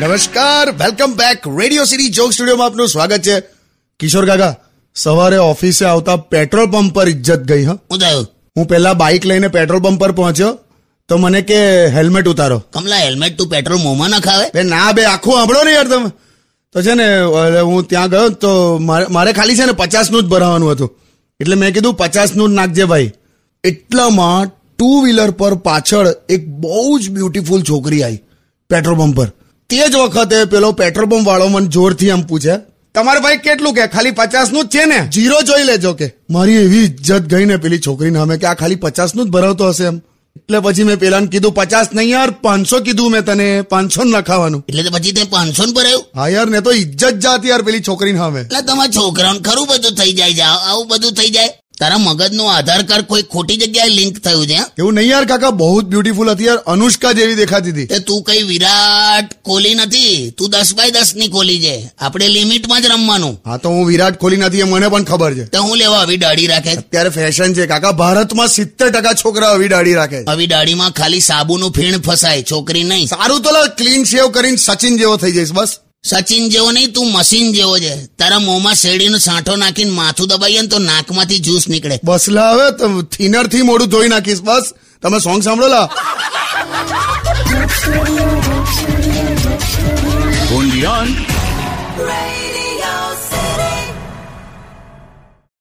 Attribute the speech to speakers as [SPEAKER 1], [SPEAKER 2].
[SPEAKER 1] નમસ્કાર welcome back radio city joke સ્ટુડિયોમાં આપનું સ્વાગત છે કિશોર કાકા સવારે ઓફિસે આવતા પેટ્રોલ પંપ પર ઇજ્જત ગઈ હા
[SPEAKER 2] ઉદય
[SPEAKER 1] હું પહેલા બાઇક લઈને પેટ્રોલ પંપ પર પહોંચ્યો તો મને કે હેલ્મેટ ઉતારો
[SPEAKER 2] કમલા હેલ્મેટ તું પેટ્રોલ મોંમાં ના ખાવે
[SPEAKER 1] બે ના બે આખું સાંભળો ને યાર તમે તો છે ને અરે હું ત્યાં ગયો ને તો મારે મારે ખાલી છે ને પચાસનું જ ભરાવાનું હતું એટલે મેં કીધું પચાસનું જ નાખજે ભાઈ એટલામાં ટુ વ્હીલર પર પાછળ એક બહુ જ બ્યુટીફુલ છોકરી આવી પેટ્રોલ પંપ પર તે જ વખતે પેલો પેટ્રોલ પંપ વાળો મને જોરથી આમ પૂછે તમારે ભાઈ કેટલું કે ખાલી પચાસનું જ છે ને જીરો જોઈ લેજો કે મારી એવી ઇજ્જત ગઈ ને પેલી છોકરીને અમે કે આ ખાલી પચાસનું જ ભરાવતો હશે એમ એટલે પછી મેં પેલાને કીધું પચાસ નહીં યાર પાંચસો કીધું મેં તને પાંચસો ન ખાવાનું
[SPEAKER 2] એટલે તો પછી તે પાંચસો ને ભરાયું
[SPEAKER 1] હા યાર ને તો ઇજ્જત જાતી યાર પેલી છોકરીને સામે
[SPEAKER 2] એટલે તમારા છોકરાઓને ખરું બધું થઈ જાય છે આ- આવું બધું થઈ જાય તારા મગજનું આધાર કાર્ડ કોઈ ખોટી જગ્યાએ લિંક થયું છે હે?
[SPEAKER 1] એવું નહીં યાર કાકા બહુ જ બ્યુટીફુલ હતી યાર અનુષ્કા જેવી દેખાતી હતી
[SPEAKER 2] તે તું કઈ વિરાટ કોહલી નથી તું દસ બાય દસ ની કોહલી છે આપણે લિમિટમાં જ રમવાનું
[SPEAKER 1] હા તો હું વિરાટ કોહલી નથી એ મને પણ ખબર છે
[SPEAKER 2] તો હું લેવા આવી દાઢી રાખે
[SPEAKER 1] અત્યારે ફેશન છે કાકા ભારતમાં સિત્તેર ટકા છોકરા આવી દાઢી રાખે છે.
[SPEAKER 2] આવી દાઢીમાં ખાલી સાબુનું ફીણ ફસાય છોકરી નહીં
[SPEAKER 1] સારું તો ક્લીન શેવ કરીને સચિન જેવો થઈ જઈશ બસ
[SPEAKER 2] સચિન જેવો નહીં તું મશીન જેવો છે તારા મોંમાં શેરડીનો સાંઠો નાખીને માથું દબાઈએ ને તો નાકમાંથી જ્યુસ નીકળે
[SPEAKER 1] બસલા હવે તો થિનર થી મોડું ધોઈ નાખીશ બસ તમે સોંગ સાંભળોલા
[SPEAKER 3] Undian.
[SPEAKER 4] Radio